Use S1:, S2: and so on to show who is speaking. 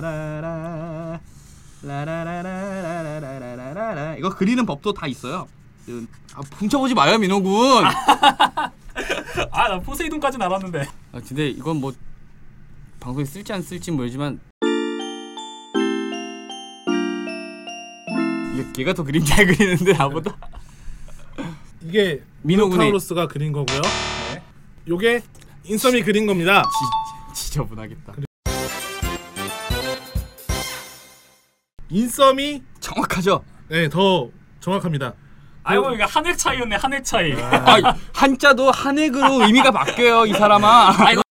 S1: 라라라라라라라라. 라라라라라라라라라. 이거 그리는 법도 다 있어요. 그,
S2: 아, 훔쳐보지 마요 민호군.
S3: 아 나 포세이돈까지 알았는데
S2: 아, 근데 이건 뭐 방송에 쓸지 안 쓸지 모르지만 이게 걔가 더 그림 잘 그리는데 나보다.
S4: 이게
S2: 민호군이-
S4: 타우로스가 그린 거고요.
S3: 네.
S4: 요게 인썸이 그린 겁니다.
S2: 지- 지저분하겠다.
S4: 인썸이
S2: 정확하죠.
S4: 네, 더 정확합니다.
S3: 아이고 그러니까 한획 차이였네 한획 차이
S2: 아, 한자도 한액으로 의미가 바뀌어요 이 사람아.
S3: 아이고